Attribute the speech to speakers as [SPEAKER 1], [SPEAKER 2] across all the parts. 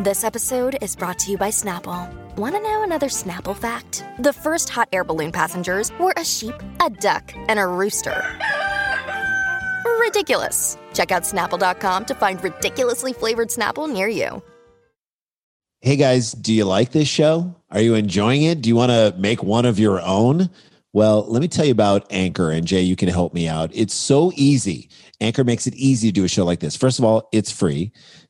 [SPEAKER 1] This episode is brought to you by Snapple. Want to know another Snapple fact? The first hot air balloon passengers were a sheep, a duck, and a rooster. Ridiculous. Check out snapple.com to find ridiculously flavored Snapple near you.
[SPEAKER 2] Hey guys, do you like this show? Are you enjoying it? Do you want to make one of your own? Well, let me tell you about Anchor, and Jay, you can help me out. It's so easy. Anchor makes it easy to do a show like this. First of all, it's free.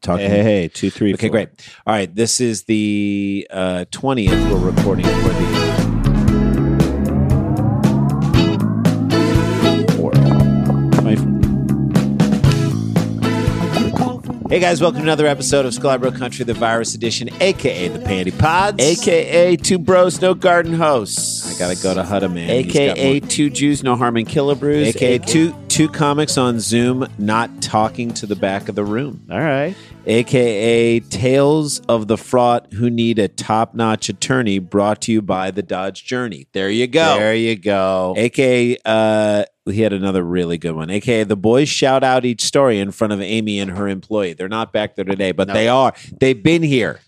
[SPEAKER 2] Talk.
[SPEAKER 3] Hey, hey, hey. Two, three.
[SPEAKER 2] Okay,
[SPEAKER 3] four.
[SPEAKER 2] great.
[SPEAKER 3] All right. This is the uh, 20th. We're recording for the. Four. Twenty- Hey guys, welcome to another episode of Scalabro Country, the virus edition, aka the Panty Pods.
[SPEAKER 4] AKA Two Bros, No Garden Hosts.
[SPEAKER 3] I gotta go to Huda Man. He's got
[SPEAKER 4] AKA
[SPEAKER 3] more-
[SPEAKER 4] Two Jews, No Harm and Killabrews.
[SPEAKER 3] AKA two two comics on Zoom not talking to the back of the room.
[SPEAKER 4] All right.
[SPEAKER 3] AKA Tales of the Fraught Who Need a Top Notch Attorney brought to you by the Dodge Journey. There you go.
[SPEAKER 4] There you go.
[SPEAKER 3] AKA uh he had another really good one. AKA the boys shout out each story in front of Amy and her employee. They're not back there today, but
[SPEAKER 4] No.
[SPEAKER 3] they are. They've been here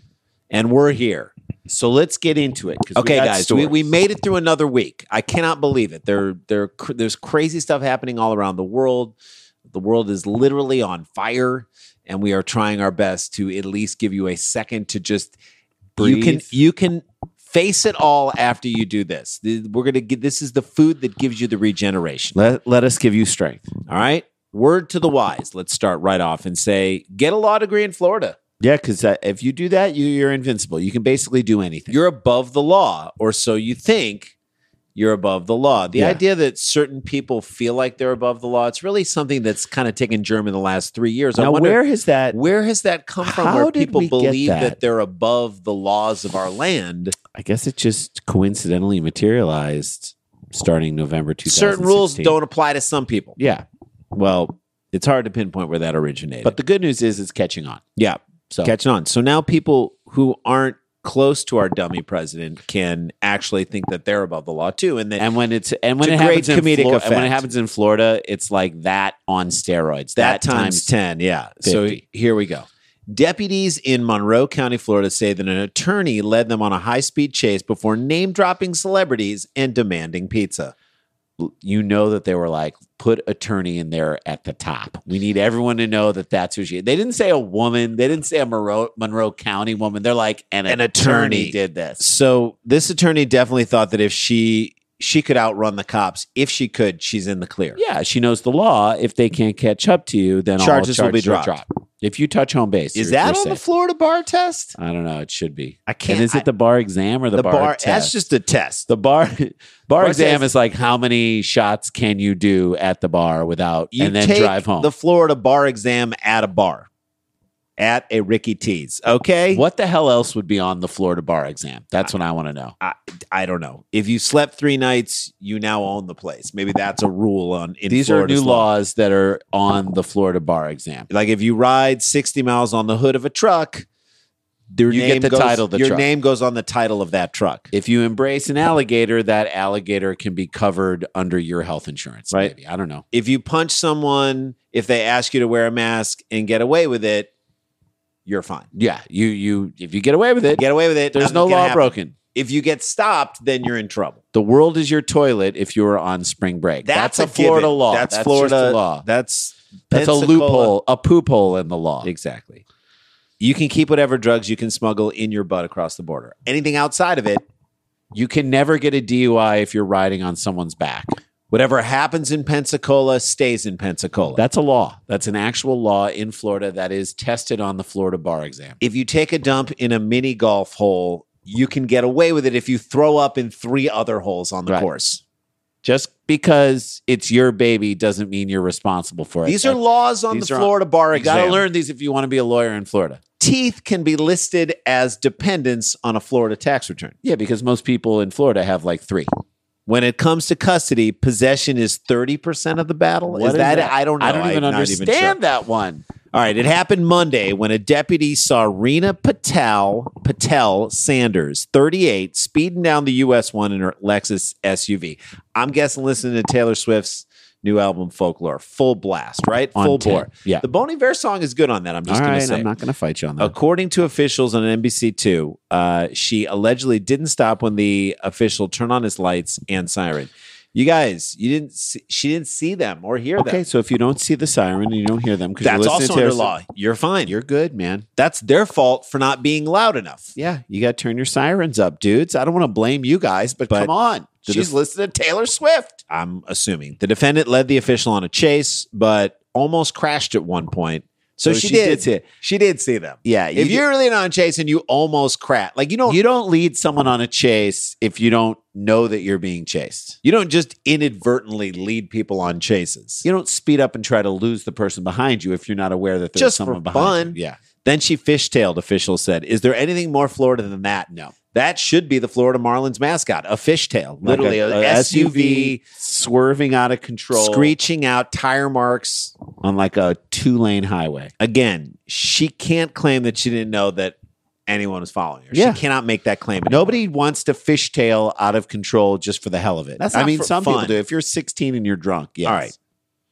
[SPEAKER 3] and we're here. So let's get into it. 'cause we
[SPEAKER 4] Okay,
[SPEAKER 3] got
[SPEAKER 4] guys,
[SPEAKER 3] stories. we, we
[SPEAKER 4] stories.
[SPEAKER 3] made it through another week. I cannot believe it. There, there, cr- there's crazy stuff happening all around the world. The world is literally on fire, and we are trying our best to at least give you a second to just You can
[SPEAKER 4] Breathe.
[SPEAKER 3] you can face it all after you do this. The- We're gonna get this is the food that gives you the regeneration.
[SPEAKER 4] Let, let us give you strength.
[SPEAKER 3] All right. Word to the wise. Let's start right off and say, get a law degree in Florida.
[SPEAKER 4] Yeah, because uh, if you do that, you, you're invincible. You can basically do anything.
[SPEAKER 3] You're above the law, or so you think you're above the law. The
[SPEAKER 4] Yeah.
[SPEAKER 3] idea that certain people feel like they're above the law, it's really something that's kind of taken germ in the last three years. I
[SPEAKER 4] now,
[SPEAKER 3] wonder
[SPEAKER 4] where has that?
[SPEAKER 3] where has that come from
[SPEAKER 4] How
[SPEAKER 3] where
[SPEAKER 4] did
[SPEAKER 3] people
[SPEAKER 4] we get
[SPEAKER 3] believe that?
[SPEAKER 4] that?
[SPEAKER 3] they're above the laws of our land?
[SPEAKER 4] I guess it just coincidentally materialized starting November 2016.
[SPEAKER 3] Certain rules don't apply to some people.
[SPEAKER 4] Yeah. Well,
[SPEAKER 3] It's hard to pinpoint where that originated.
[SPEAKER 4] but the good news is it's catching on.
[SPEAKER 3] yeah,
[SPEAKER 4] So
[SPEAKER 3] catching on. So now people who aren't close to our dummy president can actually think that they're above the law too, and that
[SPEAKER 4] and when it's and when
[SPEAKER 3] It's
[SPEAKER 4] it
[SPEAKER 3] a great
[SPEAKER 4] happens in
[SPEAKER 3] comedic
[SPEAKER 4] Flor- and when it
[SPEAKER 3] effect.
[SPEAKER 4] happens in Florida, it's like that on steroids.
[SPEAKER 3] that, times 10 yeah so
[SPEAKER 4] 50.
[SPEAKER 3] here we go deputies in monroe county florida say that an attorney led them on a high-speed chase before name-dropping celebrities and demanding pizza
[SPEAKER 4] you know that they were like put attorney in there at the top. We need everyone to know that that's who she. They didn't say a woman. They didn't say a Monroe, Monroe County woman. They're like an,
[SPEAKER 3] An attorney.
[SPEAKER 4] attorney did this.
[SPEAKER 3] so this attorney definitely thought that if she she could outrun the cops if she could she's in the clear
[SPEAKER 4] Yeah, she knows the law. If they can't catch up to you, then all
[SPEAKER 3] Charges will be
[SPEAKER 4] are
[SPEAKER 3] dropped.
[SPEAKER 4] If you touch home base,
[SPEAKER 3] is
[SPEAKER 4] you're-
[SPEAKER 3] that on
[SPEAKER 4] you're
[SPEAKER 3] the
[SPEAKER 4] safe.
[SPEAKER 3] florida bar test
[SPEAKER 4] I don't know. It should be.
[SPEAKER 3] i
[SPEAKER 4] and is it the bar exam or the, bar, test?
[SPEAKER 3] that's just a test
[SPEAKER 4] the bar. Bar, exam
[SPEAKER 3] test-
[SPEAKER 4] is like how many shots can you do at the bar without
[SPEAKER 3] you
[SPEAKER 4] and then
[SPEAKER 3] take
[SPEAKER 4] drive home.
[SPEAKER 3] the florida bar exam at a bar at a ricky t's okay
[SPEAKER 4] what the hell else would be on the Florida bar exam? That's what I want to know.
[SPEAKER 3] I don't know. If you slept three nights, you now own the place. Maybe that's a rule on in
[SPEAKER 4] These
[SPEAKER 3] Florida's
[SPEAKER 4] are new
[SPEAKER 3] law.
[SPEAKER 4] laws that are on the Florida bar exam.
[SPEAKER 3] Like if you ride sixty miles on the hood of a truck, Their
[SPEAKER 4] You get
[SPEAKER 3] name
[SPEAKER 4] the
[SPEAKER 3] goes-
[SPEAKER 4] title of the
[SPEAKER 3] your
[SPEAKER 4] truck.
[SPEAKER 3] name goes on the title of that truck.
[SPEAKER 4] If you embrace an alligator, that alligator can be covered under your health insurance.
[SPEAKER 3] Right.
[SPEAKER 4] Maybe. I don't know.
[SPEAKER 3] If you punch someone, if they ask you to wear a mask and get away with it, you're fine.
[SPEAKER 4] Yeah, you you if you get away with it,
[SPEAKER 3] Get away with it.
[SPEAKER 4] there's
[SPEAKER 3] nothing's
[SPEAKER 4] no
[SPEAKER 3] gonna
[SPEAKER 4] law
[SPEAKER 3] happen.
[SPEAKER 4] broken.
[SPEAKER 3] If you get stopped, then you're in trouble.
[SPEAKER 4] The world is your toilet if you are on spring break. That's, a, Florida
[SPEAKER 3] given.
[SPEAKER 4] law.
[SPEAKER 3] That's,
[SPEAKER 4] just
[SPEAKER 3] Florida
[SPEAKER 4] a law.
[SPEAKER 3] That's
[SPEAKER 4] That's a
[SPEAKER 3] Pensacola.
[SPEAKER 4] loophole, a poop hole in the law.
[SPEAKER 3] Exactly. You can keep whatever drugs you can smuggle in your butt across the border. Anything outside of it,
[SPEAKER 4] You can never get a DUI if you're riding on someone's back.
[SPEAKER 3] whatever happens in Pensacola stays in Pensacola.
[SPEAKER 4] That's a law. That's an actual law in Florida that is tested on the Florida bar exam.
[SPEAKER 3] if you take a dump in a mini golf hole, you can get away with it if you throw up in three other holes on the
[SPEAKER 4] Right.
[SPEAKER 3] course.
[SPEAKER 4] Just because it's your baby doesn't mean you're responsible for it.
[SPEAKER 3] These are
[SPEAKER 4] That's-
[SPEAKER 3] laws on the
[SPEAKER 4] These are-
[SPEAKER 3] Florida bar
[SPEAKER 4] you got
[SPEAKER 3] exam.
[SPEAKER 4] to learn these if you want to be a lawyer in Florida.
[SPEAKER 3] Teeth can be listed as dependents on a Florida tax return.
[SPEAKER 4] Yeah, because most people in Florida have like three.
[SPEAKER 3] When it comes to custody, possession is 30% of the battle.
[SPEAKER 4] What
[SPEAKER 3] Is
[SPEAKER 4] is
[SPEAKER 3] that,
[SPEAKER 4] that?
[SPEAKER 3] I don't know.
[SPEAKER 4] I don't even
[SPEAKER 3] I'm not
[SPEAKER 4] understand
[SPEAKER 3] sure.
[SPEAKER 4] that one.
[SPEAKER 3] All right, it happened Monday when a deputy saw Rena Patel Patel Sanders, 38, speeding down the US one in her Lexus SUV. I'm guessing listening to Taylor Swift's new album Folklore, full blast, right?
[SPEAKER 4] On
[SPEAKER 3] full
[SPEAKER 4] 10.
[SPEAKER 3] bore.
[SPEAKER 4] Yeah.
[SPEAKER 3] The Bon Iver song is good on that. I'm just
[SPEAKER 4] All
[SPEAKER 3] going
[SPEAKER 4] right,
[SPEAKER 3] to say.
[SPEAKER 4] I'm not going to fight you on that.
[SPEAKER 3] According to officials on NBC2, uh, she allegedly didn't stop when the official turned on his lights and siren. You guys, you didn't. See, she didn't see them or hear
[SPEAKER 4] Okay,
[SPEAKER 3] them.
[SPEAKER 4] so if you don't see the siren and you don't hear them, because
[SPEAKER 3] That's also under law. You're fine.
[SPEAKER 4] You're good, man.
[SPEAKER 3] that's their fault for not being loud enough.
[SPEAKER 4] Yeah, you got to turn your sirens up, dudes. I don't want to blame you guys, but,
[SPEAKER 3] But
[SPEAKER 4] come on,
[SPEAKER 3] the
[SPEAKER 4] she's
[SPEAKER 3] def-
[SPEAKER 4] listening to Taylor Swift.
[SPEAKER 3] I'm assuming the defendant led the official on a chase, but almost crashed at one point. So, she, did.
[SPEAKER 4] see it.
[SPEAKER 3] She did see them.
[SPEAKER 4] Yeah,
[SPEAKER 3] If
[SPEAKER 4] you
[SPEAKER 3] you're really not on chase and you almost crash, like you don't,
[SPEAKER 4] you don't lead someone on a chase if you don't know that you're being chased.
[SPEAKER 3] you don't just inadvertently lead people on chases.
[SPEAKER 4] You don't speed up and try to lose the person behind you if you're not aware that there's
[SPEAKER 3] Just for
[SPEAKER 4] someone behind.
[SPEAKER 3] fun.
[SPEAKER 4] You. Yeah,
[SPEAKER 3] Then she fishtailed, officials said. Is there anything more Florida than that?
[SPEAKER 4] no,
[SPEAKER 3] That should be the Florida Marlins mascot, a fishtail. Literally,
[SPEAKER 4] Like
[SPEAKER 3] a, SUV,
[SPEAKER 4] swerving out of control,
[SPEAKER 3] screeching out tire marks.
[SPEAKER 4] on like a two lane highway.
[SPEAKER 3] Again, she can't claim that she didn't know that anyone was following her.
[SPEAKER 4] Yeah.
[SPEAKER 3] She cannot make that claim. anymore.
[SPEAKER 4] Nobody wants to fishtail out of control just for the hell of it.
[SPEAKER 3] That's
[SPEAKER 4] I
[SPEAKER 3] not
[SPEAKER 4] mean,
[SPEAKER 3] for
[SPEAKER 4] some
[SPEAKER 3] fun.
[SPEAKER 4] people do. If you're 16 and you're drunk, yes.
[SPEAKER 3] All right.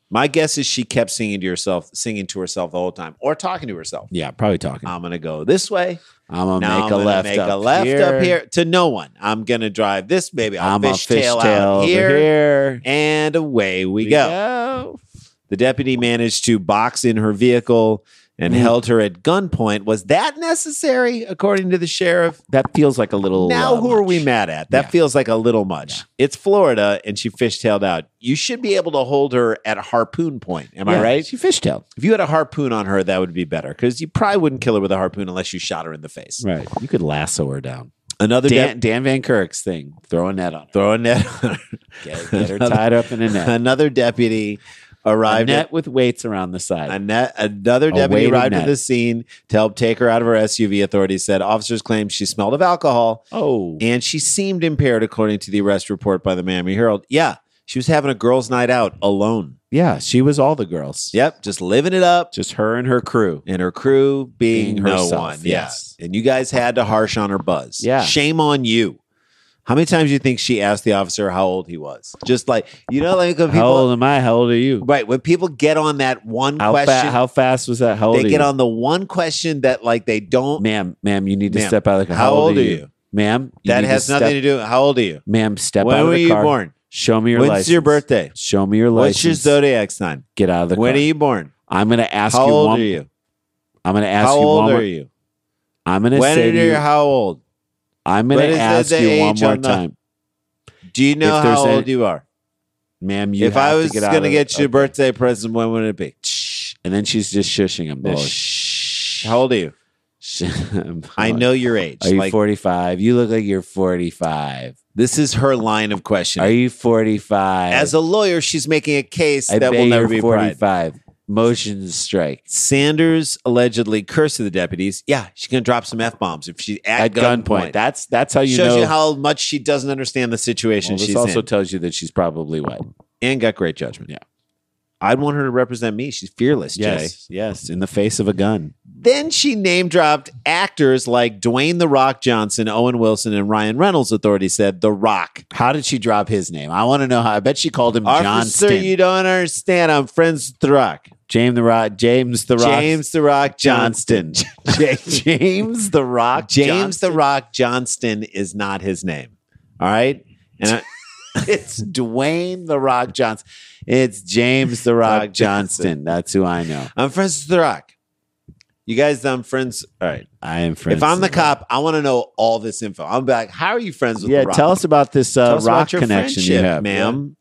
[SPEAKER 3] My guess is she kept singing to herself, singing to herself the whole time, or talking to herself.
[SPEAKER 4] Yeah, probably talking.
[SPEAKER 3] I'm gonna go this way.
[SPEAKER 4] I'm gonna
[SPEAKER 3] Uh, now
[SPEAKER 4] make
[SPEAKER 3] I'm
[SPEAKER 4] a
[SPEAKER 3] gonna
[SPEAKER 4] left,
[SPEAKER 3] make
[SPEAKER 4] up,
[SPEAKER 3] a left
[SPEAKER 4] here.
[SPEAKER 3] up here to no one. I'm gonna drive this. Maybe I'll
[SPEAKER 4] I'm a
[SPEAKER 3] fishtail
[SPEAKER 4] fishtail
[SPEAKER 3] out
[SPEAKER 4] over
[SPEAKER 3] here,
[SPEAKER 4] here.
[SPEAKER 3] and away we,
[SPEAKER 4] We
[SPEAKER 3] go.
[SPEAKER 4] go.
[SPEAKER 3] The deputy managed to box in her vehicle and
[SPEAKER 4] Mm.
[SPEAKER 3] held her at gunpoint. Was that necessary, according to the sheriff?
[SPEAKER 4] That feels like a little.
[SPEAKER 3] Now,
[SPEAKER 4] uh,
[SPEAKER 3] who are we
[SPEAKER 4] much.
[SPEAKER 3] mad at? That
[SPEAKER 4] Yeah.
[SPEAKER 3] feels like a little much. It's Florida, and she fishtailed out. You should be able to hold her at harpoon point. Am I
[SPEAKER 4] Yeah,
[SPEAKER 3] right?
[SPEAKER 4] She fishtailed.
[SPEAKER 3] If you had a harpoon on her, that would be better because you probably wouldn't kill her with a harpoon unless you shot her in the face.
[SPEAKER 4] Right. You could lasso her down.
[SPEAKER 3] Another
[SPEAKER 4] Dan,
[SPEAKER 3] dep-
[SPEAKER 4] Dan Van Kirk's thing. Throw a net on her.
[SPEAKER 3] throw a net. on her.
[SPEAKER 4] Get, get her
[SPEAKER 3] Another-
[SPEAKER 4] tied up in a net.
[SPEAKER 3] Another deputy
[SPEAKER 4] A
[SPEAKER 3] arrived.
[SPEAKER 4] net with weights around the side.
[SPEAKER 3] At, a net- another
[SPEAKER 4] A
[SPEAKER 3] deputy
[SPEAKER 4] weighted
[SPEAKER 3] arrived at
[SPEAKER 4] net.
[SPEAKER 3] the scene to help take her out of her SUV. Authorities said officers claimed she smelled of alcohol
[SPEAKER 4] oh.
[SPEAKER 3] and she seemed impaired, according to the arrest report by the Miami Herald. Yeah, she was having a girls' night out alone.
[SPEAKER 4] Yeah. She was all the girls.
[SPEAKER 3] Yep, just living it up.
[SPEAKER 4] Just her and her crew.
[SPEAKER 3] and her crew being,
[SPEAKER 4] Being
[SPEAKER 3] no
[SPEAKER 4] herself,
[SPEAKER 3] one. Yeah.
[SPEAKER 4] yes.
[SPEAKER 3] And you guys had to harsh on her buzz.
[SPEAKER 4] Yeah.
[SPEAKER 3] Shame on you. How many times do you think she asked the officer how old he was? Just like, you know, like when
[SPEAKER 4] How old
[SPEAKER 3] people,
[SPEAKER 4] am I? How old are you?
[SPEAKER 3] right, when people get on that one
[SPEAKER 4] How, fa-
[SPEAKER 3] question,
[SPEAKER 4] how fast was that? How old
[SPEAKER 3] they
[SPEAKER 4] are
[SPEAKER 3] get
[SPEAKER 4] you?
[SPEAKER 3] on the one question that like they don't,
[SPEAKER 4] ma'am, ma'am, you need to
[SPEAKER 3] Ma'am,
[SPEAKER 4] step out of the car.
[SPEAKER 3] how old are you?
[SPEAKER 4] Ma'am, you
[SPEAKER 3] That
[SPEAKER 4] need to
[SPEAKER 3] has nothing
[SPEAKER 4] step-
[SPEAKER 3] to do How old are you?
[SPEAKER 4] Ma'am, step
[SPEAKER 3] When
[SPEAKER 4] out of
[SPEAKER 3] were
[SPEAKER 4] the
[SPEAKER 3] you
[SPEAKER 4] car.
[SPEAKER 3] born?
[SPEAKER 4] Show me your
[SPEAKER 3] When's
[SPEAKER 4] license.
[SPEAKER 3] your birthday?
[SPEAKER 4] Show me your
[SPEAKER 3] What's your
[SPEAKER 4] license.
[SPEAKER 3] zodiac sign?
[SPEAKER 4] Get out of the
[SPEAKER 3] When
[SPEAKER 4] car.
[SPEAKER 3] are you born?
[SPEAKER 4] I'm going to ask
[SPEAKER 3] How
[SPEAKER 4] you
[SPEAKER 3] old
[SPEAKER 4] one.
[SPEAKER 3] are you?
[SPEAKER 4] I'm going to ask
[SPEAKER 3] How
[SPEAKER 4] you
[SPEAKER 3] old
[SPEAKER 4] one more.
[SPEAKER 3] are you?
[SPEAKER 4] I'm going to
[SPEAKER 3] When
[SPEAKER 4] say
[SPEAKER 3] are
[SPEAKER 4] to
[SPEAKER 3] you?
[SPEAKER 4] you.
[SPEAKER 3] How old?
[SPEAKER 4] I'm
[SPEAKER 3] What
[SPEAKER 4] going
[SPEAKER 3] is
[SPEAKER 4] to
[SPEAKER 3] the-
[SPEAKER 4] ask
[SPEAKER 3] the
[SPEAKER 4] you one
[SPEAKER 3] age
[SPEAKER 4] more
[SPEAKER 3] on the-
[SPEAKER 4] time,
[SPEAKER 3] Do you know
[SPEAKER 4] If there's
[SPEAKER 3] how old
[SPEAKER 4] any-
[SPEAKER 3] you are?
[SPEAKER 4] ma'am. You
[SPEAKER 3] if I
[SPEAKER 4] have
[SPEAKER 3] was
[SPEAKER 4] to get out
[SPEAKER 3] going to
[SPEAKER 4] of
[SPEAKER 3] get
[SPEAKER 4] the-
[SPEAKER 3] you a
[SPEAKER 4] okay.
[SPEAKER 3] birthday present, when would it be?
[SPEAKER 4] Shh. And then she's just shushing him.
[SPEAKER 3] Oh,
[SPEAKER 4] Oh,
[SPEAKER 3] shh. How old are you?
[SPEAKER 4] sh- I'm
[SPEAKER 3] I
[SPEAKER 4] like,
[SPEAKER 3] know your age.
[SPEAKER 4] Are you
[SPEAKER 3] like
[SPEAKER 4] 45? You look like you're 45.
[SPEAKER 3] this is her line of
[SPEAKER 4] Are
[SPEAKER 3] questioning.
[SPEAKER 4] you 45?
[SPEAKER 3] As a lawyer, she's making a case
[SPEAKER 4] I
[SPEAKER 3] that
[SPEAKER 4] bet
[SPEAKER 3] will never
[SPEAKER 4] you're
[SPEAKER 3] be proved.
[SPEAKER 4] 45. Motion strike.
[SPEAKER 3] Sanders allegedly cursed at the deputies. Yeah, she's going to drop some f bombs if she at,
[SPEAKER 4] at gunpoint. That's that's how you
[SPEAKER 3] shows
[SPEAKER 4] know.
[SPEAKER 3] you how much she doesn't understand the situation
[SPEAKER 4] well, this
[SPEAKER 3] she's
[SPEAKER 4] also
[SPEAKER 3] in,
[SPEAKER 4] tells you that she's probably wet.
[SPEAKER 3] and got great judgment.
[SPEAKER 4] Yeah.
[SPEAKER 3] I'd want her to represent me. She's fearless. Jay.
[SPEAKER 4] yes, in the face of a gun.
[SPEAKER 3] then she name dropped actors like Dwayne The Rock Johnson, Owen Wilson, and Ryan Reynolds. Authority said The Rock.
[SPEAKER 2] How did she drop his name? I want to know how. I bet she called him
[SPEAKER 3] Officer,
[SPEAKER 2] Johnston.
[SPEAKER 3] you don't understand. I'm friends with The Rock.
[SPEAKER 2] James the Rock. James the Rock.
[SPEAKER 3] James The Rock Johnston.
[SPEAKER 2] James the Rock.
[SPEAKER 3] James
[SPEAKER 2] Johnston.
[SPEAKER 3] The Rock Johnston is not his name. All right. And I-
[SPEAKER 2] It's Dwayne the Rock Johnson. It's James the Rock,
[SPEAKER 3] Rock Johnson.
[SPEAKER 2] Johnston. That's who I know.
[SPEAKER 3] I'm friends with The Rock. You guys, I'm friends. All right.
[SPEAKER 2] I am friends.
[SPEAKER 3] if I'm the
[SPEAKER 2] with Rock.
[SPEAKER 3] cop, I want to know all this info. I'm back. How are you friends with
[SPEAKER 2] yeah,
[SPEAKER 3] The Rock?
[SPEAKER 2] tell us about this
[SPEAKER 3] Tell
[SPEAKER 2] uh,
[SPEAKER 3] us about
[SPEAKER 2] Rock
[SPEAKER 3] your
[SPEAKER 2] connection you
[SPEAKER 3] friendship,
[SPEAKER 2] have,
[SPEAKER 3] ma'am. M-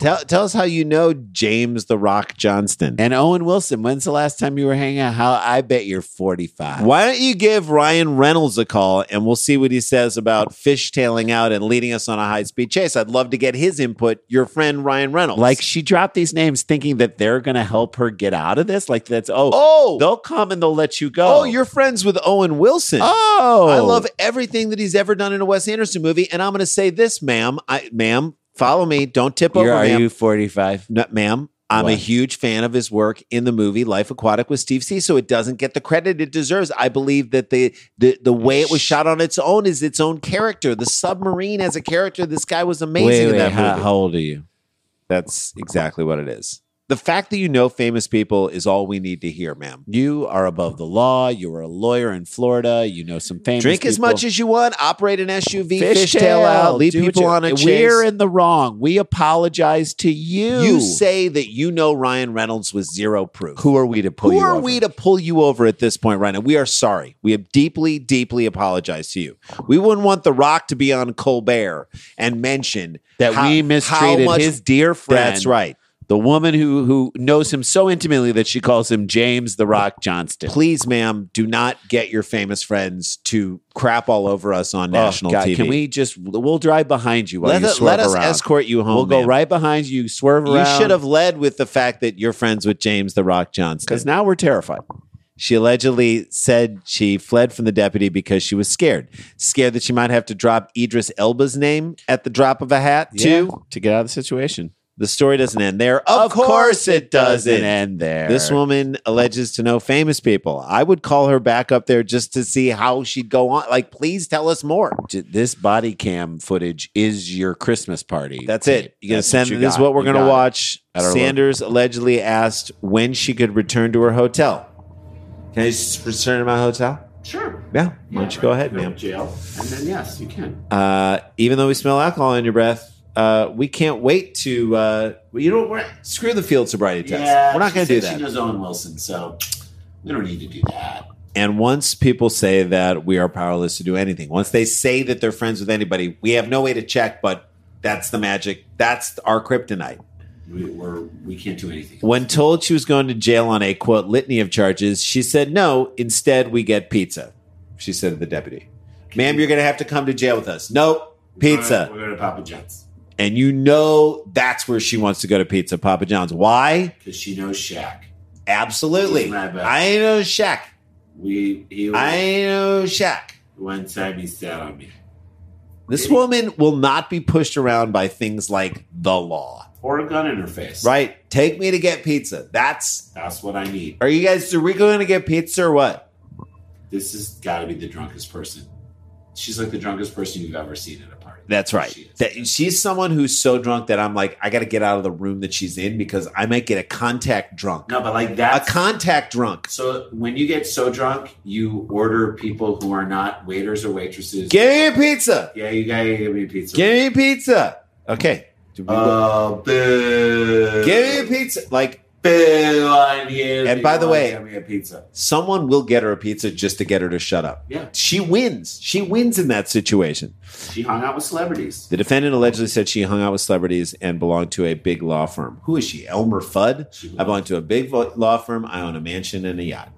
[SPEAKER 3] Tell, tell us how you know James The Rock Johnston.
[SPEAKER 2] And Owen Wilson, when's the last time you were hanging out? How I bet you're 45.
[SPEAKER 3] Why don't you give Ryan Reynolds a call and we'll see what he says about fishtailing out and leading us on a high speed chase? I'd love to get his input, your friend Ryan Reynolds.
[SPEAKER 2] Like she dropped these names thinking that they're going to help her get out of this. Like that's oh,
[SPEAKER 3] oh,
[SPEAKER 2] they'll come and they'll let you go.
[SPEAKER 3] oh, you're friends with Owen Wilson.
[SPEAKER 2] oh,
[SPEAKER 3] I love everything that he's ever done in a Wes Anderson movie. And I'm going to say this, ma'am. I, ma'am, follow me. Don't tip
[SPEAKER 2] You're,
[SPEAKER 3] over,
[SPEAKER 2] are
[SPEAKER 3] ma'am.
[SPEAKER 2] you 45?
[SPEAKER 3] No, ma'am. I'm a
[SPEAKER 2] What?
[SPEAKER 3] huge fan of his work in the movie Life Aquatic with Steve C. So it doesn't get the credit it deserves. I believe that the the the way it was shot on its own is its own character. The submarine as a character. This guy was amazing
[SPEAKER 2] wait,
[SPEAKER 3] in
[SPEAKER 2] wait,
[SPEAKER 3] that
[SPEAKER 2] how,
[SPEAKER 3] movie.
[SPEAKER 2] how old are you?
[SPEAKER 3] That's exactly what it is. The fact that you know famous people is all we need to hear, ma'am.
[SPEAKER 2] You are above the law. You were a lawyer in Florida. You know some famous.
[SPEAKER 3] Drink as
[SPEAKER 2] people.
[SPEAKER 3] much as you want. Operate an SUV. Fishtail out. Leave
[SPEAKER 2] Do what
[SPEAKER 3] people
[SPEAKER 2] you-
[SPEAKER 3] on a chase.
[SPEAKER 2] We're in the wrong. We apologize to you.
[SPEAKER 3] You say that you know Ryan Reynolds was zero proof.
[SPEAKER 2] who are we to pull
[SPEAKER 3] Who
[SPEAKER 2] you
[SPEAKER 3] are
[SPEAKER 2] over?
[SPEAKER 3] we to pull you over at this point right now? We are sorry. We have deeply, deeply apologized to you. We wouldn't want The Rock to be on Colbert and mention
[SPEAKER 2] that
[SPEAKER 3] how-
[SPEAKER 2] we mistreated
[SPEAKER 3] how much-
[SPEAKER 2] his dear friend.
[SPEAKER 3] That's right.
[SPEAKER 2] The woman who who knows him so intimately that she calls him James the Rock Johnston.
[SPEAKER 3] Please, ma'am, do not get your famous friends to crap all over us on
[SPEAKER 2] Oh,
[SPEAKER 3] national
[SPEAKER 2] God,
[SPEAKER 3] TV.
[SPEAKER 2] Can we just? We'll drive behind you while
[SPEAKER 3] let,
[SPEAKER 2] you
[SPEAKER 3] us-
[SPEAKER 2] swerve
[SPEAKER 3] let us
[SPEAKER 2] around.
[SPEAKER 3] escort you home?
[SPEAKER 2] we'll go
[SPEAKER 3] ma'am.
[SPEAKER 2] right behind you. Swerve
[SPEAKER 3] You
[SPEAKER 2] around.
[SPEAKER 3] should have led with the fact that you're friends with James the Rock Johnson.
[SPEAKER 2] because now we're terrified.
[SPEAKER 3] She allegedly said she fled from the deputy because she was scared. Scared that she might have to drop Idris Elba's name at the drop of a hat, too.
[SPEAKER 2] Two to get out of the situation.
[SPEAKER 3] The story doesn't end there. Of, course, it doesn't end.
[SPEAKER 2] there.
[SPEAKER 3] This woman alleges to know famous people. I would call her back up there just to see how she'd go on. Like, please tell us more.
[SPEAKER 2] D- this body cam footage is your Christmas party.
[SPEAKER 3] That's it. You're gonna
[SPEAKER 2] That's
[SPEAKER 3] send.
[SPEAKER 2] you
[SPEAKER 3] this is
[SPEAKER 2] got.
[SPEAKER 3] what we're
[SPEAKER 2] You
[SPEAKER 3] gonna
[SPEAKER 2] got it.
[SPEAKER 3] watch.
[SPEAKER 2] I don't know.
[SPEAKER 3] Sanders allegedly asked when she could return to her hotel. Can I just return to my hotel?
[SPEAKER 4] Sure.
[SPEAKER 3] Yeah. Why don't you go ahead, ma'am?
[SPEAKER 4] Jail. And then, yes, you can.
[SPEAKER 3] Uh, even though we smell alcohol in your breath, uh, we can't wait to. Uh, you know, we're screw the field sobriety test. we're not
[SPEAKER 4] she
[SPEAKER 3] gonna
[SPEAKER 4] said
[SPEAKER 3] do
[SPEAKER 4] She
[SPEAKER 3] that.
[SPEAKER 4] knows Owen Wilson, so we don't need to do that.
[SPEAKER 3] And once people say that we are powerless to do anything, once they say that they're friends with anybody, we have no way to check. But that's the magic. That's our kryptonite.
[SPEAKER 4] We, we're, we can't do anything.
[SPEAKER 3] When told she was going to jail on a quote litany of charges, she said, No, instead we get pizza. She said to the deputy, Ma'am, you're going to have to come to jail with us. Nope, pizza.
[SPEAKER 4] We're going to Papa John's
[SPEAKER 3] And you know that's where she wants to go to pizza, Papa John's. Why?
[SPEAKER 4] because she knows Shaq.
[SPEAKER 3] Absolutely. I ain't no Shaq.
[SPEAKER 4] We he
[SPEAKER 3] I ain't no Shaq.
[SPEAKER 4] one time he sat on me
[SPEAKER 3] This woman will not be pushed around by things like the law,
[SPEAKER 4] or a gun in her face.
[SPEAKER 3] right? Take me to get pizza. That's,
[SPEAKER 4] That's what I need.
[SPEAKER 3] are you guys, are we going to get pizza or what?
[SPEAKER 4] This has got to be the drunkest person. She's like the drunkest person you've ever seen at a party.
[SPEAKER 3] That's right.
[SPEAKER 4] She is.
[SPEAKER 3] that she's someone who's so drunk that I'm like, I got to get out of the room that she's in because I might get a contact drunk.
[SPEAKER 4] no, but like
[SPEAKER 3] a
[SPEAKER 4] that.
[SPEAKER 3] contact drunk.
[SPEAKER 4] so when you get so drunk, you order people who are not waiters or waitresses.
[SPEAKER 3] Give me a pizza.
[SPEAKER 4] yeah, you gotta give me a pizza.
[SPEAKER 3] Give me a pizza. Okay. Do we-
[SPEAKER 4] Oh, boo.
[SPEAKER 3] Give me a pizza. Like
[SPEAKER 4] Boo on you.
[SPEAKER 3] And by the
[SPEAKER 4] You
[SPEAKER 3] way-
[SPEAKER 4] give me a pizza.
[SPEAKER 3] someone will get her a pizza just to get her to shut up.
[SPEAKER 4] Yeah,
[SPEAKER 3] She wins. She wins in that situation.
[SPEAKER 4] she hung out with celebrities.
[SPEAKER 3] The defendant allegedly said she hung out with celebrities and belonged to a big law firm. Who is she? Elmer Fudd?
[SPEAKER 4] She-
[SPEAKER 3] I belong to a big vo- law firm. I own a mansion and a yacht.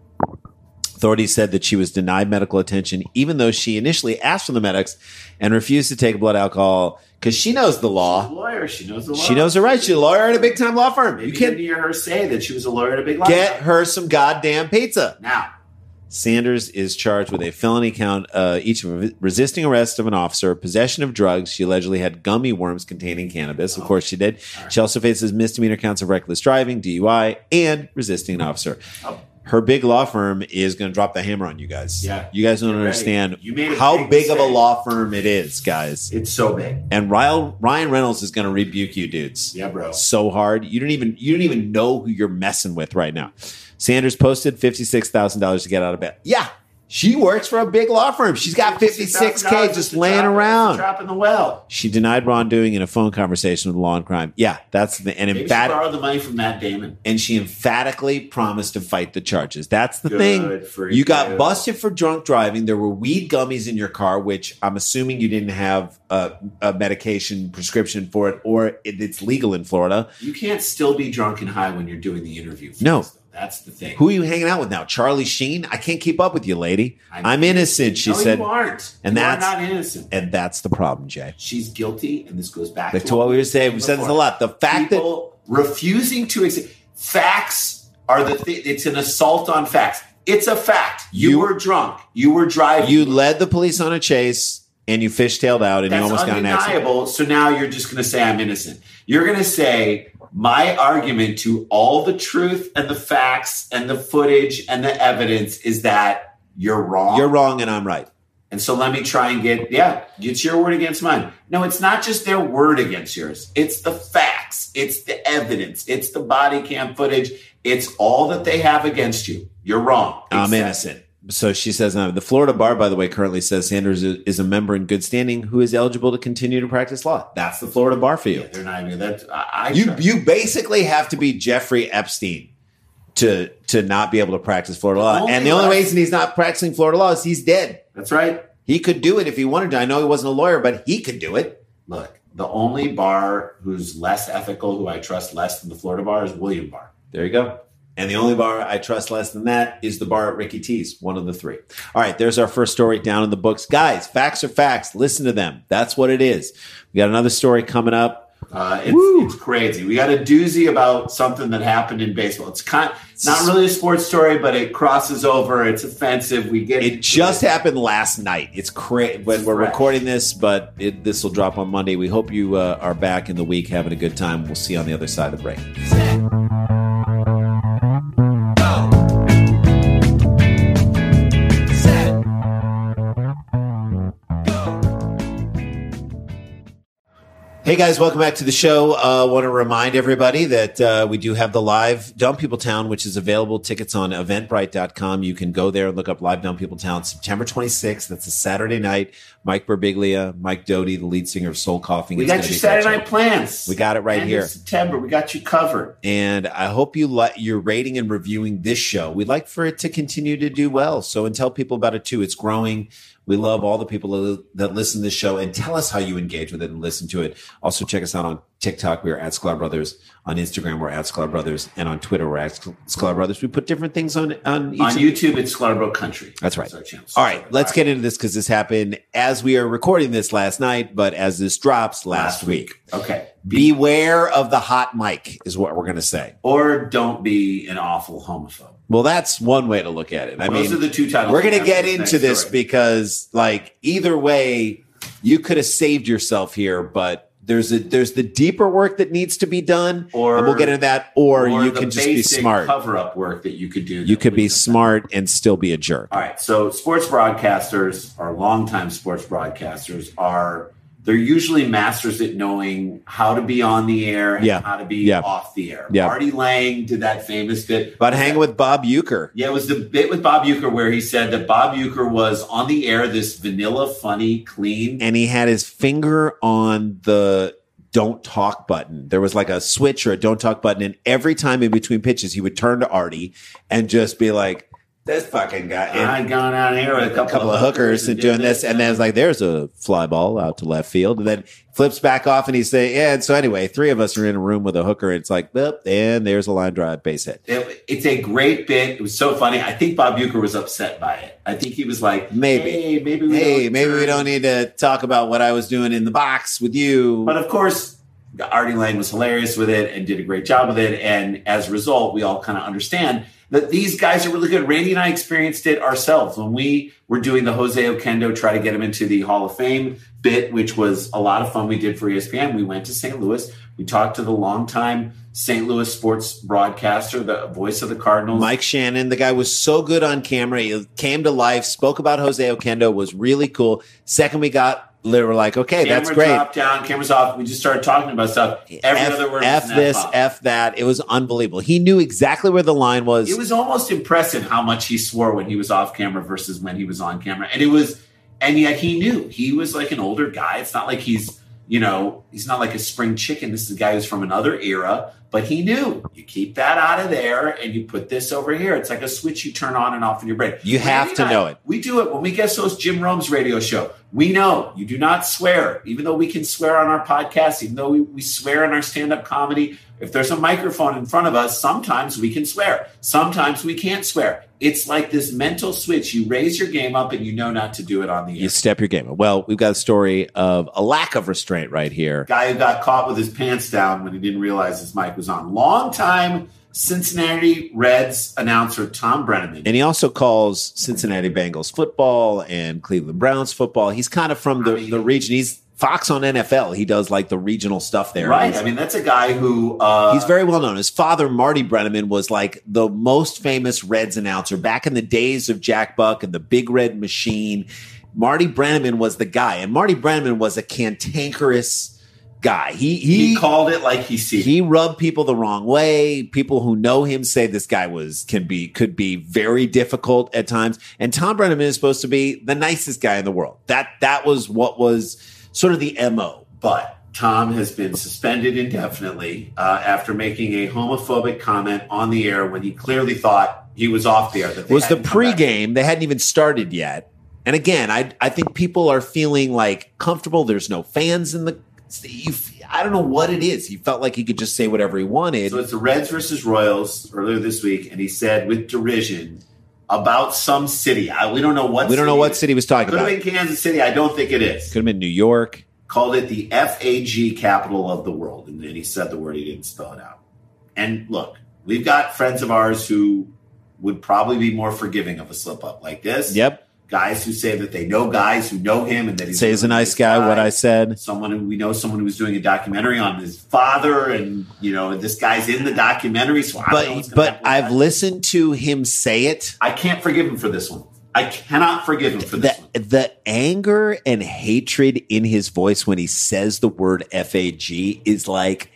[SPEAKER 3] Authorities said that she was denied medical attention, even though she initially asked for the medics and refused to take blood alcohol because she knows the
[SPEAKER 4] She's a
[SPEAKER 3] law.
[SPEAKER 4] lawyer. She knows the law.
[SPEAKER 3] She knows her rights. She's a lawyer at a big time law firm.
[SPEAKER 4] Maybe
[SPEAKER 3] You
[SPEAKER 4] you
[SPEAKER 3] can
[SPEAKER 4] didn't hear her say that she was a lawyer at a big law
[SPEAKER 3] get
[SPEAKER 4] firm.
[SPEAKER 3] her some goddamn pizza.
[SPEAKER 4] now.
[SPEAKER 3] Sanders is charged with a felony count, uh, each of resisting arrest of an officer, possession of drugs. She allegedly had gummy worms containing cannabis. Of
[SPEAKER 4] Oh.
[SPEAKER 3] course, she did. She also faces misdemeanor counts of reckless driving, DUI, and resisting an officer.
[SPEAKER 4] Oh,
[SPEAKER 3] her big law firm is going to drop the hammer on you guys.
[SPEAKER 4] Yeah.
[SPEAKER 3] You guys don't
[SPEAKER 4] You're right.
[SPEAKER 3] understand
[SPEAKER 4] You made a
[SPEAKER 3] how
[SPEAKER 4] big
[SPEAKER 3] big of a
[SPEAKER 4] mistake.
[SPEAKER 3] law firm it is, guys.
[SPEAKER 4] It's so big.
[SPEAKER 3] And Ryan Ryan Reynolds is going to rebuke you, dudes.
[SPEAKER 4] Yeah, bro.
[SPEAKER 3] So hard. You don't even you don't even know who you're messing with right now. Sanders posted fifty six thousand dollars to get out of bed. Yeah, she works for a big law firm. She's got fifty six k
[SPEAKER 4] $56,000
[SPEAKER 3] just
[SPEAKER 4] to
[SPEAKER 3] laying
[SPEAKER 4] drop-
[SPEAKER 3] around.
[SPEAKER 4] Drop in the well.
[SPEAKER 3] She denied wrongdoing in a phone conversation with Law and Crime. Yeah, that's the and
[SPEAKER 4] Maybe she
[SPEAKER 3] emphatic,
[SPEAKER 4] borrowed the money from Matt Damon.
[SPEAKER 3] and she emphatically promised to fight the charges. That's the
[SPEAKER 4] Good
[SPEAKER 3] thing.
[SPEAKER 4] for
[SPEAKER 3] You got
[SPEAKER 4] you.
[SPEAKER 3] busted for drunk driving. There were weed gummies in your car, which I'm assuming you didn't have a, a medication prescription for it, or it, it's legal in Florida.
[SPEAKER 4] You can't still be drunk and high when you're doing the interview. for
[SPEAKER 3] No.
[SPEAKER 4] us, though. that's the thing.
[SPEAKER 3] Who are you hanging out with now? Charlie Sheen? I can't keep up with you, lady. I'm,
[SPEAKER 4] I'm-
[SPEAKER 3] innocent, she
[SPEAKER 4] no,
[SPEAKER 3] said.
[SPEAKER 4] you aren't,
[SPEAKER 3] and
[SPEAKER 4] You are
[SPEAKER 3] that's-
[SPEAKER 4] not innocent.
[SPEAKER 3] And that's the problem, Jay.
[SPEAKER 4] She's guilty, and this goes back
[SPEAKER 3] Like to what we were saying, we said this a lot. The fact that
[SPEAKER 4] People refusing to accept facts are the thing. It's an assault on facts. It's a fact. You,
[SPEAKER 3] You-
[SPEAKER 4] were drunk. You were driving.
[SPEAKER 3] You led the police on a chase and you fishtailed out and
[SPEAKER 4] That's
[SPEAKER 3] you almost got an accident.
[SPEAKER 4] undeniable. So now you're just going to say I'm innocent. You're going to say my argument to all the truth and the facts and the footage and the evidence is that you're wrong.
[SPEAKER 3] You're wrong and I'm right.
[SPEAKER 4] And so let me try and get, yeah, it's your word against mine. No, it's not just their word against yours. It's the facts, it's the evidence, it's the body cam footage, it's all that they have against you. You're wrong.
[SPEAKER 3] I'm
[SPEAKER 4] Accept
[SPEAKER 3] innocent. So she says, now, the Florida bar, by the way, currently says Sanders is a member in good standing who is eligible to continue to practice law. That's the Florida bar for
[SPEAKER 4] it. Yeah,
[SPEAKER 3] you.
[SPEAKER 4] they're not even that. I, I
[SPEAKER 3] You
[SPEAKER 4] try-
[SPEAKER 3] you basically have to be Jeffrey Epstein to to not be able to practice Florida law.
[SPEAKER 4] Only
[SPEAKER 3] and the only
[SPEAKER 4] way-
[SPEAKER 3] reason he's not practicing Florida law is he's dead.
[SPEAKER 4] that's right.
[SPEAKER 3] He could do it if he wanted to. I know he wasn't a lawyer, but he could do it.
[SPEAKER 4] Look, the only bar who's less ethical, who I trust less than the Florida bar, is William Barr.
[SPEAKER 3] There you go. And the only bar I trust less than that is the bar at Ricky T's, one of the three. All right, there's our first story down in the books. Guys, facts are facts. Listen to them. That's what it is. We got another story coming up.
[SPEAKER 4] Uh, it's, it's crazy. We got a doozy about something that happened in baseball. It's kind, not really a sports story, but it crosses over. It's offensive. We get
[SPEAKER 3] It just happened last night. It's crazy when we're
[SPEAKER 4] Fresh.
[SPEAKER 3] recording this, but it, this will drop on Monday. We hope you uh, are back in the week having a good time. We'll see you on the other side of the break. Hey guys, welcome back to the show. uh, want to remind everybody that uh, we do have the live Dumb People Town, which is available. Tickets on eventbrite.com. You can go there and look up Live Dumb People Town September 26th. That's a Saturday night. Mike Berbiglia, Mike Doty, the lead singer of Soul Coughing.
[SPEAKER 4] We
[SPEAKER 3] is
[SPEAKER 4] got
[SPEAKER 3] gonna
[SPEAKER 4] your
[SPEAKER 3] be
[SPEAKER 4] Saturday
[SPEAKER 3] catching.
[SPEAKER 4] night plans.
[SPEAKER 3] We got it right
[SPEAKER 4] End of
[SPEAKER 3] here.
[SPEAKER 4] September. We got you covered.
[SPEAKER 3] And I hope you like you're rating and reviewing this show. We'd like for it to continue to do well. So and tell people about it too. It's growing. We love all the people that- that listen to this show and tell us how you engage with it and listen to it. Also check us out on TikTok. We are at Sklar Brothers. On Instagram, we're at Sklar Brothers. And on Twitter, we're at Sklar Brothers. We put different things on on each
[SPEAKER 4] On
[SPEAKER 3] of-
[SPEAKER 4] YouTube, it's Scarborough Country.
[SPEAKER 3] That's right.
[SPEAKER 4] That's our channel.
[SPEAKER 3] All right, let's get into this because this happened as we are recording this last night, but as this drops last, week.
[SPEAKER 4] Okay.
[SPEAKER 3] Beware of the hot mic is what we're gonna say.
[SPEAKER 4] Or don't be an awful homophobe.
[SPEAKER 3] Well, that's one way to look at it. I
[SPEAKER 4] Those
[SPEAKER 3] mean,
[SPEAKER 4] are the two titles.
[SPEAKER 3] we're going
[SPEAKER 4] we
[SPEAKER 3] to get
[SPEAKER 4] have for next
[SPEAKER 3] into this
[SPEAKER 4] story.
[SPEAKER 3] because, like, either way, you could have saved yourself here, but there's a there's the deeper work that needs to be done,
[SPEAKER 4] Or-
[SPEAKER 3] and we'll get into that. Or, you can just be smart.
[SPEAKER 4] Cover up work that you could do.
[SPEAKER 3] You
[SPEAKER 4] that
[SPEAKER 3] could be
[SPEAKER 4] wouldn't affect-
[SPEAKER 3] smart and still be a jerk.
[SPEAKER 4] All right. So sports broadcasters or longtime sports broadcasters are they're usually masters at knowing how to be on the air and
[SPEAKER 3] Yeah.
[SPEAKER 4] how to be
[SPEAKER 3] Yeah.
[SPEAKER 4] off the air.
[SPEAKER 3] Yeah.
[SPEAKER 4] Artie Lang did that famous bit.
[SPEAKER 3] But hang with Bob Euchre.
[SPEAKER 4] Yeah, it was the bit with Bob Euchre where he said that Bob Euchre was on the air, this vanilla, funny, clean.
[SPEAKER 3] and he had his finger on the don't talk button. There was like a switch or a don't talk button, and every time in between pitches, he would turn to Artie and just be like, "This fucking guy." And
[SPEAKER 4] I'd gone on air with a couple,
[SPEAKER 3] a couple of hookers and doing this, and then it's like there's a fly ball out to left field, and then flips back off, and he say, "Yeah." And so anyway, three of us are in a room with a hooker. And it's like, "Well," and there's a line drive base hit.
[SPEAKER 4] It- it's a great bit. It was so funny. I think Bob Euchre was upset by it. I think he was like,
[SPEAKER 3] Maybe.
[SPEAKER 4] hey, maybe, we
[SPEAKER 3] Hey,
[SPEAKER 4] don't
[SPEAKER 3] maybe we
[SPEAKER 4] turn."
[SPEAKER 3] don't need to talk about what I was doing in the box with you.
[SPEAKER 4] But of course, Artie Lang was hilarious with it and did a great job with it. And as a result, we all kind of understand. that these guys are really good. Randy and I experienced it ourselves when we were doing the Jose Okendo try to get him into the Hall of Fame bit, which was a lot of fun. We did for E ESPN. We went to St. Louis. We talked to the longtime St. Louis sports broadcaster, the voice of the Cardinals,
[SPEAKER 3] Mike Shannon, the guy was so good on camera. He came to life, spoke about Jose Okendo, was really cool. Second we got, they were like, okay,
[SPEAKER 4] Camera
[SPEAKER 3] that's great.
[SPEAKER 4] dropped down, cameras off. We just started talking about stuff. Every
[SPEAKER 3] F,
[SPEAKER 4] other word was
[SPEAKER 3] F
[SPEAKER 4] an
[SPEAKER 3] this,
[SPEAKER 4] F-bomb.
[SPEAKER 3] F that. It was unbelievable. He knew exactly where the line was.
[SPEAKER 4] It was almost impressive how much he swore when he was off camera versus when he was on camera. And it was, and yet he knew he was like an older guy. It's not like he's, you know, he's not like a spring chicken. This is a guy who's from another era, but he knew you keep that out of there and you put this over here. It's like a switch you turn on and off in your brain.
[SPEAKER 3] You have
[SPEAKER 4] Randy
[SPEAKER 3] to
[SPEAKER 4] and I,
[SPEAKER 3] know it.
[SPEAKER 4] We do it when we guest host Jim Rome's radio show. We know you do not swear, even though we can swear on our podcast, even though we, we swear in our stand up comedy. If there's a microphone in front of us, sometimes we can swear, sometimes we can't swear. It's like this mental switch. You raise your game up and you know not to do it on the air.
[SPEAKER 3] you step your game. up. Well, we've got a story of a lack of restraint right here.
[SPEAKER 4] guy who got caught with his pants down when he didn't realize his mic was on. Longtime Cincinnati Reds announcer Tom Brenneman.
[SPEAKER 3] And he also calls Cincinnati Bengals football and Cleveland Browns football. He's kind of from the,
[SPEAKER 4] I mean-
[SPEAKER 3] the region. He's Fox on NFL. He does like the regional stuff there.
[SPEAKER 4] right.
[SPEAKER 3] He's-
[SPEAKER 4] I mean, that's a guy who uh,
[SPEAKER 3] He's very well known. His father, Marty Brenneman, was like the most famous Reds announcer back in the days of Jack Buck and the Big Red Machine. Marty Brenneman was the guy, and Marty Brenneman was a cantankerous guy. He he,
[SPEAKER 4] he called it like he sees.
[SPEAKER 3] he rubbed people the wrong way. People who know him say this guy was can be could be very difficult at times. And Tom Brenneman is supposed to be the nicest guy in the world. That that was what was sort of the mo.
[SPEAKER 4] but Tom has been suspended indefinitely uh, after making a homophobic comment on the air when he clearly thought he was off the air. That they
[SPEAKER 3] was the
[SPEAKER 4] hadn't come back.
[SPEAKER 3] pregame. They hadn't even started yet. And again, I I think people are feeling like comfortable. There's no fans in the. You, f- I don't know what it is. He felt like he could just say whatever he wanted.
[SPEAKER 4] So it's the Reds versus Royals earlier this week, and he said with derision about some city. I, we don't know what.
[SPEAKER 3] we don't know
[SPEAKER 4] it
[SPEAKER 3] what
[SPEAKER 4] is.
[SPEAKER 3] city he was talking
[SPEAKER 4] Could have
[SPEAKER 3] about.
[SPEAKER 4] been Kansas City. I don't think it is.
[SPEAKER 3] Could have been New York.
[SPEAKER 4] Called it the FAG capital of the world, and then he said the word. He didn't spell it out. And look, we've got friends of ours who would probably be more forgiving of a slip up like this.
[SPEAKER 3] Yep.
[SPEAKER 4] guys who say that they know guys who know him and that he's,
[SPEAKER 3] Say he's a
[SPEAKER 4] really
[SPEAKER 3] nice guy. What I said.
[SPEAKER 4] someone who we know someone who was doing a documentary on his father and you know this guy's in the documentary so I don't know what's
[SPEAKER 3] but
[SPEAKER 4] gonna
[SPEAKER 3] but
[SPEAKER 4] happen with
[SPEAKER 3] I've
[SPEAKER 4] that.
[SPEAKER 3] listened to him say it.
[SPEAKER 4] I can't forgive him for this one I cannot forgive him for this
[SPEAKER 3] The
[SPEAKER 4] one
[SPEAKER 3] the anger and hatred in his voice when he says the word FAG is like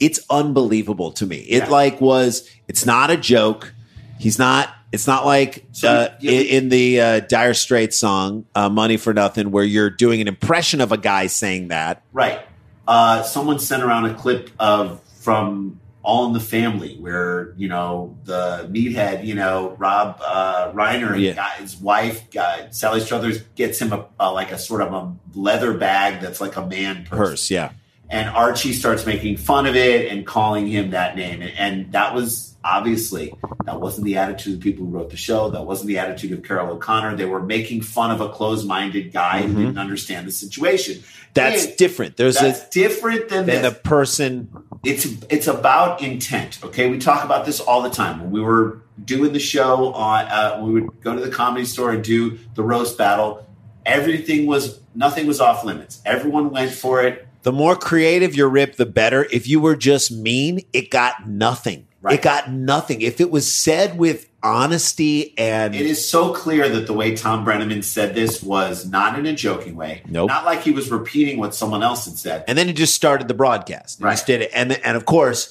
[SPEAKER 3] it's unbelievable to me. It
[SPEAKER 4] Yeah.
[SPEAKER 3] like was it's not a joke. He's not it's not like
[SPEAKER 4] So,
[SPEAKER 3] uh,
[SPEAKER 4] yeah,
[SPEAKER 3] in,
[SPEAKER 4] we-
[SPEAKER 3] in the uh, Dire Straits song uh, "Money for Nothing," where you're doing an impression of a guy saying that.
[SPEAKER 4] right uh, someone sent around a clip of from all in the family where you know the meathead you know Rob uh, Reiner and
[SPEAKER 3] Yeah.
[SPEAKER 4] got his wife got, Sally Struthers gets him a, a like a sort of a leather bag that's like a man purse.
[SPEAKER 3] Purse, yeah.
[SPEAKER 4] and Archie starts making fun of it and calling him that name. And, and that was obviously that wasn't the attitude of the people who wrote the show. That wasn't the attitude of Carol O'Connor. They were making fun of a closed-minded guy who didn't understand the situation.
[SPEAKER 3] Mm-hmm. That's
[SPEAKER 4] And
[SPEAKER 3] different. There's
[SPEAKER 4] that's
[SPEAKER 3] a
[SPEAKER 4] different than
[SPEAKER 3] than
[SPEAKER 4] this
[SPEAKER 3] the person
[SPEAKER 4] it's it's about intent. Okay, we talk about this all the time. When we were doing the show on, uh, we would go to the comedy store and do the roast battle. Everything was nothing was off limits. Everyone went for it.
[SPEAKER 3] The more creative your rip, the better. If you were just mean, it got nothing.
[SPEAKER 4] Right.
[SPEAKER 3] It got nothing. If it was said with honesty and
[SPEAKER 4] It is so clear that the way Tom Brenneman said this was not in a joking way.
[SPEAKER 3] Nope.
[SPEAKER 4] not like he was repeating what someone else had said.
[SPEAKER 3] and then it just started the broadcast. It
[SPEAKER 4] Right.
[SPEAKER 3] just did it. And and of course,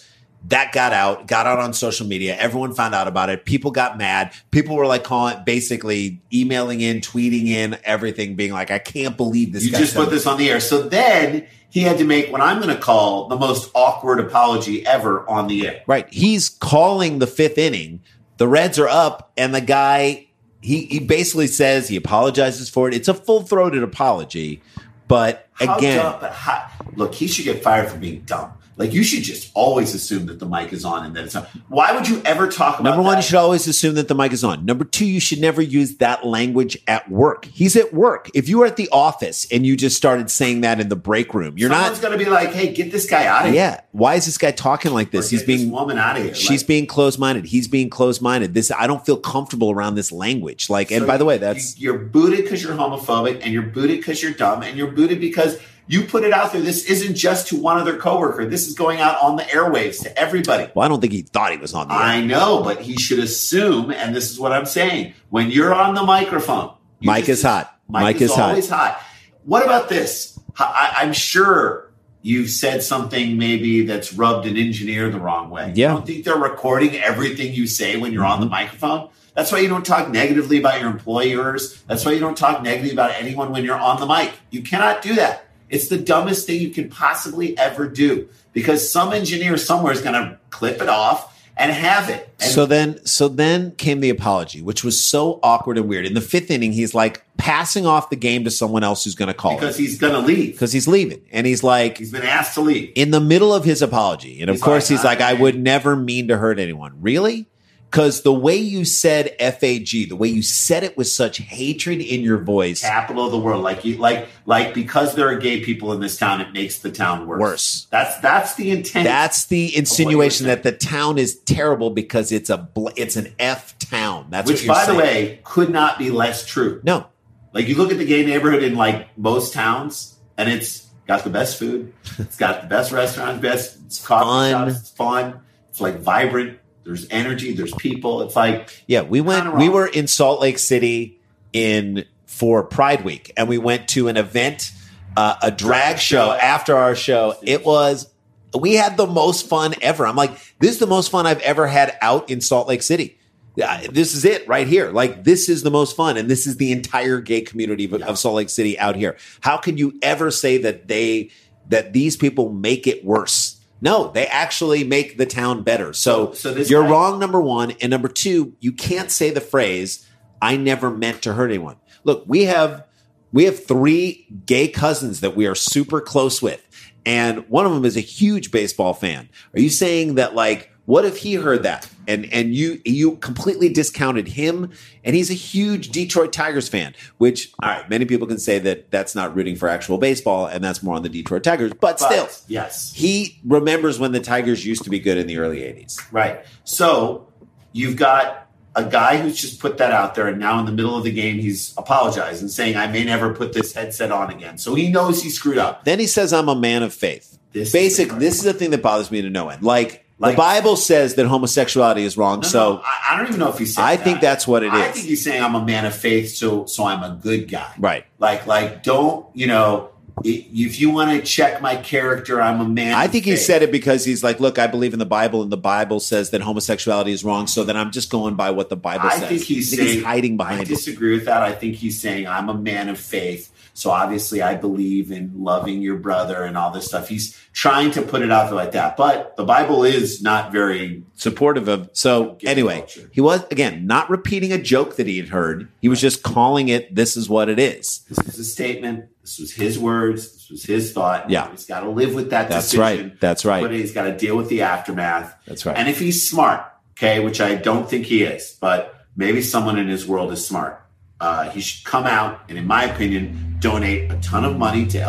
[SPEAKER 3] that got out, got out on social media. Everyone found out about it. People got mad. People were like calling, basically emailing in, tweeting in, everything, being like, "I can't believe this."
[SPEAKER 4] you
[SPEAKER 3] guy
[SPEAKER 4] just
[SPEAKER 3] said
[SPEAKER 4] put this on the air. So then he had to make what I'm going to call the most awkward apology ever on the air.
[SPEAKER 3] Right. He's calling the fifth inning. The Reds are up, and the guy he he basically says he apologizes for it. It's a full throated apology, but
[SPEAKER 4] How
[SPEAKER 3] Again.
[SPEAKER 4] dumb- but how- look, he should get fired for being dumb. Like you should just always assume that the mic is on and that it's on. Why would you ever talk about
[SPEAKER 3] Number one,
[SPEAKER 4] that?
[SPEAKER 3] you should always assume that the mic is on. Number two, you should never use that language at work. He's at work. If you were at the office and you just started saying that in the break room, you're
[SPEAKER 4] Someone's
[SPEAKER 3] not.
[SPEAKER 4] going to be like, "Hey, get this guy out of here."
[SPEAKER 3] Yeah. Why is this guy talking like
[SPEAKER 4] Or
[SPEAKER 3] this? He's
[SPEAKER 4] "Get this
[SPEAKER 3] being
[SPEAKER 4] woman out of here.
[SPEAKER 3] she's
[SPEAKER 4] Like,
[SPEAKER 3] being closed minded. He's being closed minded. This I don't feel comfortable around this language. Like, and
[SPEAKER 4] so
[SPEAKER 3] by the way,
[SPEAKER 4] you-
[SPEAKER 3] that's
[SPEAKER 4] you're booted because you're homophobic, and you're booted because you're dumb, and you're booted because you put it out there. This isn't just to one other coworker. This is going out on the airwaves to everybody.
[SPEAKER 3] well, I don't think he thought he was on the air.
[SPEAKER 4] I know, but he should assume, and this is what I'm saying. When you're on the microphone, you
[SPEAKER 3] Mike
[SPEAKER 4] just-
[SPEAKER 3] is hot. Mike is hot.
[SPEAKER 4] always hot. What about this? I, I- I'm sure you've said something maybe that's rubbed an engineer the wrong way.
[SPEAKER 3] Yeah. Mm-hmm.
[SPEAKER 4] I don't think they're recording everything you say when you're on the microphone. That's why you don't talk negatively about your employers. That's why you don't talk negatively about anyone when you're on the mic. You cannot do that. It's the dumbest thing you can possibly ever do because some engineer somewhere is going to clip it off and have it. And
[SPEAKER 3] so then so then came the apology which was so awkward and weird in the fifth inning he's like passing off the game to someone else who's going to call
[SPEAKER 4] because he's going to leave.
[SPEAKER 3] because he's leaving and he's like
[SPEAKER 4] He's been asked to leave.
[SPEAKER 3] in the middle of his apology and of
[SPEAKER 4] He's
[SPEAKER 3] course
[SPEAKER 4] like,
[SPEAKER 3] he's like i
[SPEAKER 4] "Okay."
[SPEAKER 3] would never mean to hurt anyone really because the way you said fag the way you said it with such hatred in your voice
[SPEAKER 4] capital of the world. Like you, like like because there are gay people in this town, it makes the town worse.
[SPEAKER 3] Worse.
[SPEAKER 4] That's that's the intent.
[SPEAKER 3] that's the insinuation that the town is terrible because it's a bl- it's an f town that's what
[SPEAKER 4] which,
[SPEAKER 3] you're
[SPEAKER 4] by
[SPEAKER 3] saying.
[SPEAKER 4] the way, could not be less true.
[SPEAKER 3] no
[SPEAKER 4] Like you look at the gay neighborhood in like most towns, and it's got the best food. It's got the best restaurants, best
[SPEAKER 3] fun.
[SPEAKER 4] coffee shops. It's fun. It's like vibrant. There's energy. There's people. It's like
[SPEAKER 3] Yeah, we went.
[SPEAKER 4] Kinda
[SPEAKER 3] We
[SPEAKER 4] wrong.
[SPEAKER 3] were in Salt Lake City in for Pride Week, and we went to an event, uh, a drag show after our show. It was. We had the most fun ever. I'm like, this is the most fun I've ever had out in Salt Lake City. Yeah, This is it right here. Like, this is the most fun. And this is the entire gay community of, of Salt Lake City out here. How can you ever say that they, that these people make it worse? No, they actually make the town better. So,
[SPEAKER 4] So this
[SPEAKER 3] you're
[SPEAKER 4] guy-
[SPEAKER 3] wrong, number one. And number two, you can't say the phrase, I never meant to hurt anyone. Look, we have we have three gay cousins that we are super close with, and one of them is a huge baseball fan. Are you saying that like what if he heard that and and you you completely discounted him and he's a huge Detroit Tigers fan, which all right, many people can say that that's not rooting for actual baseball and that's more on the Detroit Tigers, but,
[SPEAKER 4] but,
[SPEAKER 3] still
[SPEAKER 4] yes,
[SPEAKER 3] he remembers when the Tigers used to be good in the early 80s.
[SPEAKER 4] right. So you've got a guy who's just put that out there, and now in the middle of the game, he's apologized and saying, "I may never put this headset on again." So he knows he screwed up.
[SPEAKER 3] Then he says, I'm a man of faith.
[SPEAKER 4] This is
[SPEAKER 3] Basic,
[SPEAKER 4] the part.
[SPEAKER 3] this is the thing that bothers me to no end. Like, the
[SPEAKER 4] Like-
[SPEAKER 3] Bible says that homosexuality is wrong.
[SPEAKER 4] No,
[SPEAKER 3] so
[SPEAKER 4] no, I, I don't even know if he said.
[SPEAKER 3] I
[SPEAKER 4] that.
[SPEAKER 3] think that's what it
[SPEAKER 4] I
[SPEAKER 3] is.
[SPEAKER 4] think he's saying I'm a man of faith, so so I'm a good guy.
[SPEAKER 3] Right.
[SPEAKER 4] Like like don't you know i- if you want to check my character, I'm a man.
[SPEAKER 3] I
[SPEAKER 4] of
[SPEAKER 3] think he
[SPEAKER 4] faith.
[SPEAKER 3] said it because he's like, look, I believe in the Bible, and the Bible says that homosexuality is wrong. So then I'm just going by what the Bible
[SPEAKER 4] I
[SPEAKER 3] says.
[SPEAKER 4] think he's
[SPEAKER 3] I think
[SPEAKER 4] saying-
[SPEAKER 3] hiding
[SPEAKER 4] I
[SPEAKER 3] behind it.
[SPEAKER 4] disagree with that. I think he's saying I'm a man of faith, so obviously I believe in loving your brother and all this stuff. He's trying to put it out there like that, but the Bible is not very
[SPEAKER 3] supportive of. So
[SPEAKER 4] Gay
[SPEAKER 3] anyway,
[SPEAKER 4] culture.
[SPEAKER 3] he was again not repeating a joke that he had heard. He was just calling it. This is what it is.
[SPEAKER 4] This was a statement. This was his words. This was his thought.
[SPEAKER 3] Yeah.
[SPEAKER 4] he's got to live with that.
[SPEAKER 3] That's
[SPEAKER 4] decision.
[SPEAKER 3] right. That's right.
[SPEAKER 4] But he's got to deal with the aftermath.
[SPEAKER 3] That's right.
[SPEAKER 4] And if he's smart, okay, which I don't think he is, but maybe someone in his world is smart. Uh, he should come out and, in my opinion, donate a ton of money to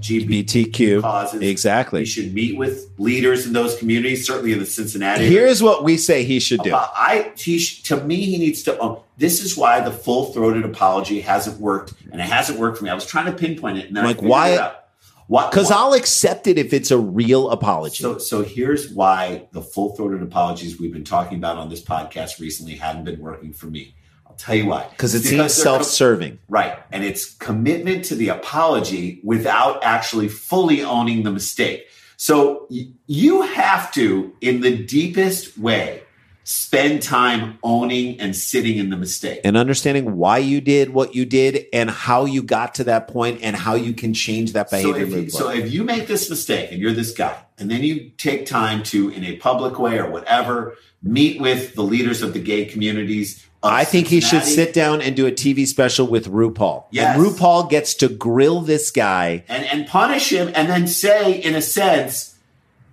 [SPEAKER 4] LGBT
[SPEAKER 3] BTQ.
[SPEAKER 4] causes. He
[SPEAKER 3] Exactly.
[SPEAKER 4] should meet with leaders in those communities, certainly in the Cincinnati. area.
[SPEAKER 3] Here's what we say he should do.
[SPEAKER 4] But I he, sh- to me he needs to own. This is why the full throated apology hasn't worked, and it hasn't worked for me. I was trying to pinpoint it, and then I
[SPEAKER 3] Like,
[SPEAKER 4] figured
[SPEAKER 3] why-
[SPEAKER 4] It out. Why?
[SPEAKER 3] Because
[SPEAKER 4] why-
[SPEAKER 3] I'll accept it if it's a real apology.
[SPEAKER 4] So so here's why the full throated apologies we've been talking about on this podcast recently haven't been working for me. I'll tell you why.
[SPEAKER 3] Because it seems
[SPEAKER 4] they're com-
[SPEAKER 3] self serving.
[SPEAKER 4] Right. And it's commitment to the apology without actually fully owning the mistake. So y- you have to, in the deepest way, spend time owning and sitting in the mistake.
[SPEAKER 3] and understanding why you did what you did and how you got to that point and how you can change that
[SPEAKER 4] So
[SPEAKER 3] behavior.
[SPEAKER 4] if, you,
[SPEAKER 3] moving
[SPEAKER 4] so
[SPEAKER 3] forward.
[SPEAKER 4] if you make this mistake and you're this guy, and then you take time to, in a public way or whatever, meet with the leaders of the gay communities. of
[SPEAKER 3] I think he should
[SPEAKER 4] Cincinnati
[SPEAKER 3] sit down and do a TV special with RuPaul.
[SPEAKER 4] Yes.
[SPEAKER 3] And RuPaul gets to grill this guy.
[SPEAKER 4] and, and punish him and then say, in a sense,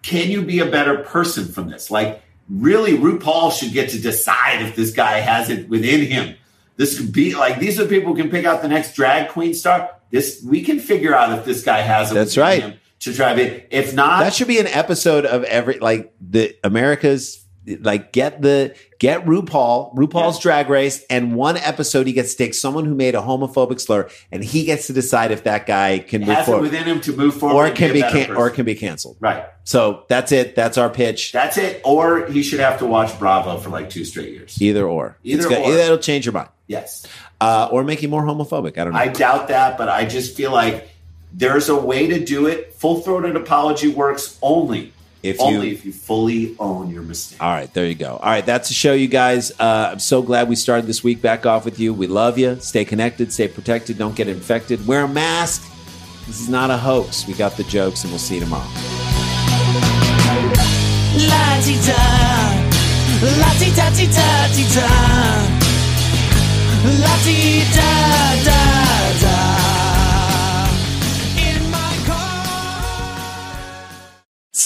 [SPEAKER 4] can you be a better person from this? Like, really, RuPaul should get to decide if this guy has it within him. This could be like these are people who can pick out the next drag queen star. This we can figure out if this guy has it.
[SPEAKER 3] That's
[SPEAKER 4] within
[SPEAKER 3] right.
[SPEAKER 4] Him to drive it. If not,
[SPEAKER 3] That should be an episode of every like the America's like get the get RuPaul, RuPaul's
[SPEAKER 4] Yeah.
[SPEAKER 3] drag race, and one episode he gets to take someone who made a homophobic slur and he gets to decide if that guy can move
[SPEAKER 4] has it
[SPEAKER 3] forward.
[SPEAKER 4] within him to move forward,
[SPEAKER 3] Or
[SPEAKER 4] and
[SPEAKER 3] can
[SPEAKER 4] be
[SPEAKER 3] be
[SPEAKER 4] a better
[SPEAKER 3] can- or
[SPEAKER 4] person.
[SPEAKER 3] can be canceled.
[SPEAKER 4] right.
[SPEAKER 3] So that's it. That's our pitch.
[SPEAKER 4] That's it. Or he should have to watch Bravo for like two straight years.
[SPEAKER 3] Either or.
[SPEAKER 4] Either
[SPEAKER 3] It's good.
[SPEAKER 4] or.
[SPEAKER 3] That'll change your mind.
[SPEAKER 4] Yes.
[SPEAKER 3] Uh, or make you more homophobic. I don't know.
[SPEAKER 4] I doubt that, but I just feel like there's a way to do it. Full throated apology works only
[SPEAKER 3] if
[SPEAKER 4] only
[SPEAKER 3] you
[SPEAKER 4] if you fully own your mistake.
[SPEAKER 3] all right, there you go. All right, that's the show, you guys. Uh, I'm so glad we started this week back off with you. We love you. Stay connected, stay protected, don't get infected. Wear a mask. This is not a hoax. We got the jokes, and we'll see you tomorrow.